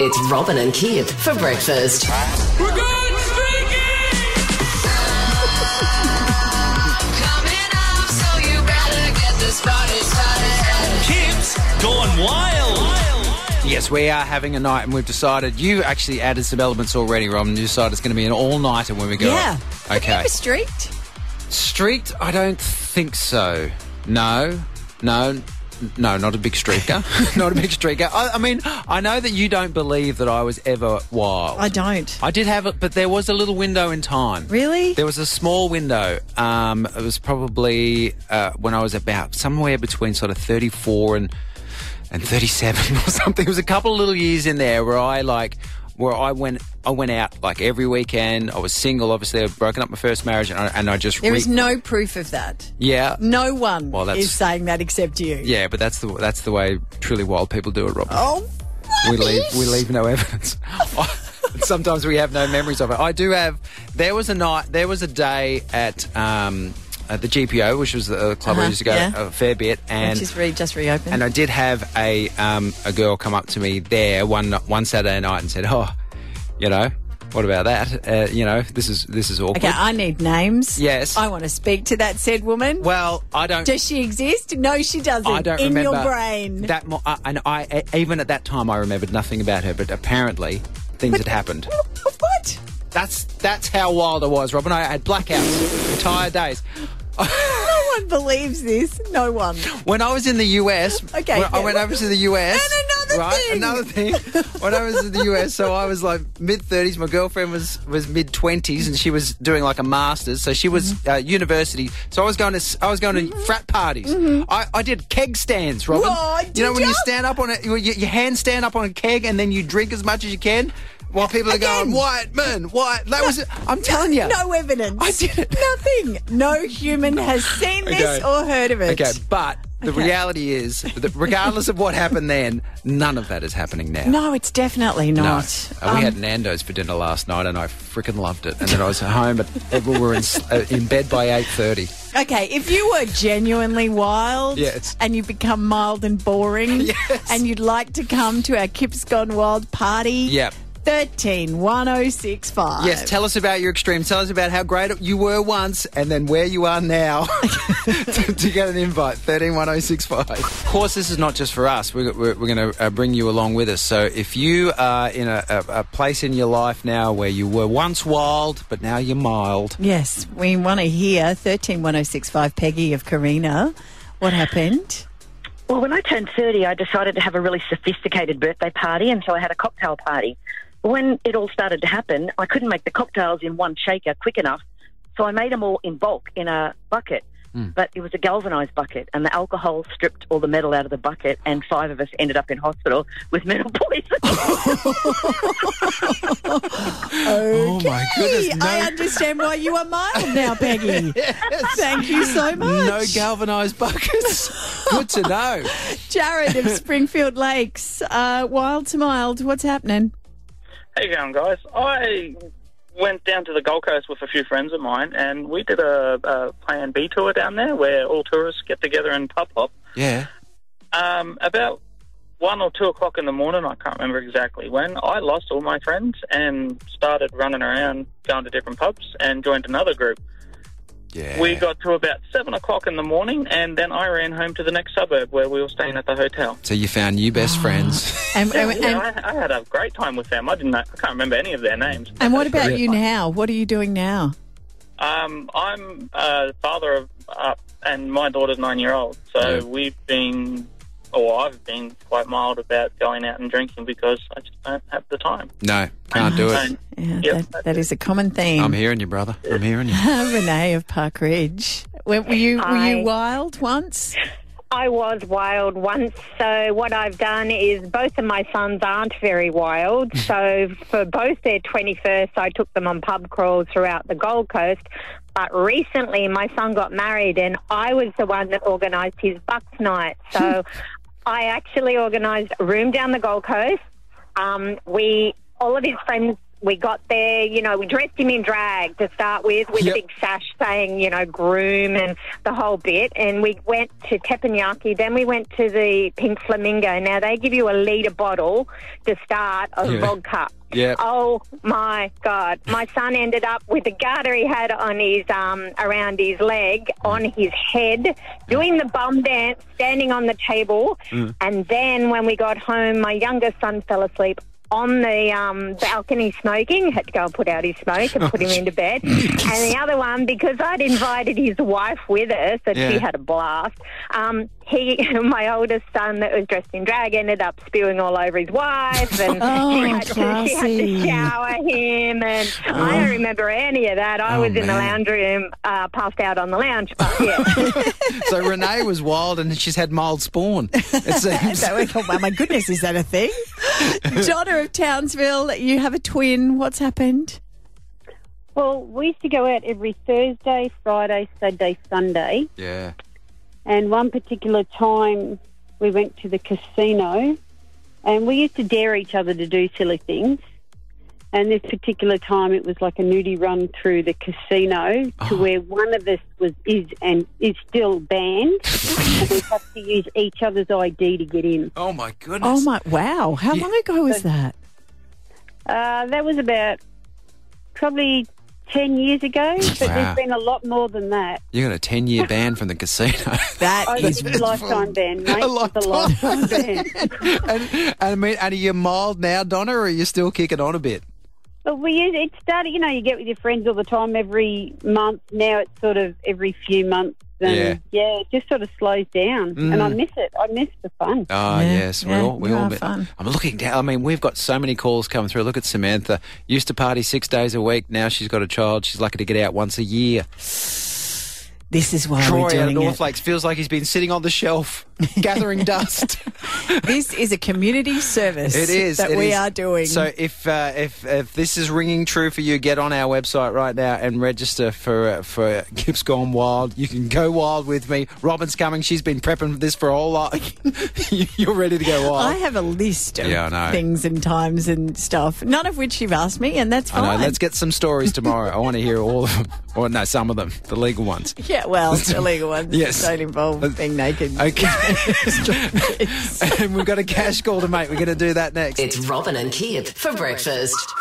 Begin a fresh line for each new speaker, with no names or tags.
It's Robin and Kip for breakfast.
We're good speaking!
coming up, so you better get this party started.
Kim's gone wild!
Yes, we are having a night, and we've decided you actually added some elements already, Rob. And you decided it's going to be an all-nighter when we go.
Yeah.
Okay.
Streaked?
Streaked? I don't think so. No, no, n- no, not a big streaker. not a big streaker. I, I mean, I know that you don't believe that I was ever wild.
I don't.
I did have it, but there was a little window in time.
Really?
There was a small window. Um, it was probably uh, when I was about somewhere between sort of 34 and and 37 or something. It was a couple of little years in there where I like where I went I went out like every weekend. I was single, obviously. I'd broken up my first marriage, and I, and I just
There
re-
is no proof of that.
yeah
No one
Well, that's-
is saying that except you.
yeah. But that's the that's the way truly wild people do it, Rob.
Oh,
we
rubbish.
leave we leave no evidence. Sometimes we have no memories of it. I do have. There was a night. There was a day at um, at the GPO, which was the club I
Uh-huh,
used to go
yeah.
a fair bit, and
Which is re- just reopened.
and I did have a um, a girl come up to me there one one Saturday night and said, "Oh, you know, what about that? Uh, you know, this is this is awkward."
okay, I need names.
Yes.
I want to speak to that said woman.
Well, I don't.
Does she exist? No, she doesn't.
I don't
In
remember
your brain.
that. Mo- I, and I e- even at that time, I remembered nothing about her. But apparently, things had happened.
what?
That's that's how wild I was, Robin. I had blackouts, entire days.
No one believes this. No one.
When I was in the US,
Okay,
when I
yeah.
went over to the US.
And another
right,
thing.
another thing. When I was in the US, so I was like mid thirties. My girlfriend was was mid twenties, and she was doing like a master's. So she was
Mm-hmm.
uh, university. So I was going to s- I was going to frat parties. I, I did keg stands, Robin.
Mm-hmm. Whoa,
you know
did
when you
ya?
stand up on it, you, you your hands stand up on a keg, and then you drink as much as you can. While people are
Again.
going, white man, white. That was, I'm telling you.
No evidence.
I did it.
Nothing. No human has seen
Okay.
this or heard of it.
Okay, but the reality is that regardless of what happened then, none of that is happening now.
No, it's definitely
No.
not.
Uh, we had Nando's for dinner last night, and I freaking loved it. And then I was home, but we were in, s- uh, in bed by eight thirty.
Okay, if you were genuinely wild
Yes.
and you become mild and boring and you'd like to come to our Kip's Gone Wild party, oh
Yep.
13 1065.
Yes, tell us about your extremes. Tell us about how great you were once, and then where you are now. to, to get an invite, thirteen one zero six five. Of course, this is not just for us. We're, we're, we're going to uh, bring you along with us. So, if you are in a, a, a place in your life now where you were once wild, but now you're mild,
Yes, we want to hear 13 1065 Peggy of Karina. What happened?
Well, when I turned 30, I decided to have a really sophisticated birthday party, and so I had a cocktail party. But When it all started to happen, I couldn't make the cocktails in one shaker quick enough, so I made them all in bulk in a bucket. But it was a galvanized bucket, and the alcohol stripped all the metal out of the bucket, and five of us ended up in hospital with metal poisoning.
Oh my goodness!
Hey,
No,
I understand why you are mild now, Peggy. Thank you so much.
no galvanised buckets. Good to know.
Jared of Springfield Lakes. Uh, wild to mild, what's happening?
How you going, guys? I went down to the Gold Coast with a few friends of mine, and we did a, a Plan B tour down there where all tourists get together and pub hop.
Yeah.
Um, about one or two o'clock in the morning, I can't remember exactly when, I lost all my friends and started running around, going to different pubs, and joined another group.
Yeah.
We got to about seven o'clock in the morning, and then I ran home to the next suburb where we were staying at the hotel.
so you found new
Ah.
best friends.
And,
Yeah,
Oh, and- and-
I, I had a great time with them. I didn't. Know, I can't remember any of their names.
And what about you now? What are you doing now?
Um, I'm a father of, uh, and my daughter's nine year old. So
Yeah.
we've been, or I've been quite mild about going out and drinking because I just don't have the time.
No, can't do it.
And-
Yeah,
Yep.
that, that is a common theme.
I'm hearing you, brother. I'm hearing you.
Renee of Park Ridge. Were, were you were
Hi.
you wild once?
I was wild once, so what I've done is both of my sons aren't very wild. So for both their 21st, I took them on pub crawls throughout the Gold Coast. But recently, my son got married, and I was the one that organised his bucks night. So I actually organised a room down the Gold Coast. Um, we all of his friends We got there, you know, we dressed him in drag to start with, with
Yep.
a big sash saying, you know, groom and the whole bit. And we went to Teppanyaki, then we went to the Pink Flamingo. Now, they give you a litre bottle to start of
Yeah.
vodka.
Yep.
Oh my God. My son ended up with the garter he had on his, um, around his leg, on his head, doing the bum dance, standing on the table.
Mm.
And then when we got home, my youngest son fell asleep on the um, balcony smoking, had to go and put out his smoke and
Oh,
put him into bed. and the other one, because I'd invited his wife with us and
Yeah.
she had a blast, um, he, my oldest son that was dressed in drag ended up spewing all over his wife and
Oh,
she, had to, she had to
classy.
shower him and I don't remember any of that. I
Oh,
was in the
man.
lounge room, uh, passed out on the lounge, but yeah.
So Renee was wild and she's had mild spawn, it seems.
That was, oh, my goodness, is that a thing? Donna of Townsville, you have a twin. What's happened?
Well, we used to go out every Thursday, Friday, Saturday, Sunday.
yeah.
And one particular time we went to the casino and we used to dare each other to do silly things. And this particular time it was like a nudie run through the casino to
Oh.
where one of us was is and is still banned. and we have to use each other's ID to get in.
Oh my goodness.
Oh my! Wow, how long ago was that?
Uh, that was about probably 10 years ago, but
Wow.
there's been a lot more than that.
You got a ten-year ban from the casino.
Oh,
That
it's
is.
a lifetime ban, mate.
A
It's a lifetime ban.
and, and I mean, and are you mild now, Donna, or are you still kicking on a bit?
But we use it started. You know, you get with your friends all the time every month. Now it's sort of every few months. And
Yeah.
yeah, it just sort of slows down, and I miss it. I miss the fun.
Ah,
Yeah,
yes, we
yeah,
all we
you
all.
are
mi-
fun.
I'm looking down. I mean, we've got so many calls coming through. Look at Samantha. Used to party six days a week. Now she's got a child. She's lucky to get out once a year.
This is why
Troy
we're
out of
doing
North
it.
Lakes feels like he's been sitting on the shelf gathering dust.
This is a community service.
It is
that
it
we
is.
are doing.
So if uh, if if this is ringing true for you, get on our website right now and register for uh, for Gibbs Gone Wild. You can go wild with me. Robin's coming. She's been prepping for this for all life. You're ready to go wild.
I have a list of
Yeah, I know.
things and times and stuff, none of which you've asked me, and that's
I
fine.
know. Let's get some stories tomorrow. I want to hear all of them, or no, some of them, the legal ones.
yeah, well, it's illegal ones
Yes.
don't involve
Let's-
being naked.
Okay. and we've got a cash call to make. We're going to do that next.
It's Robin and Kip for breakfast.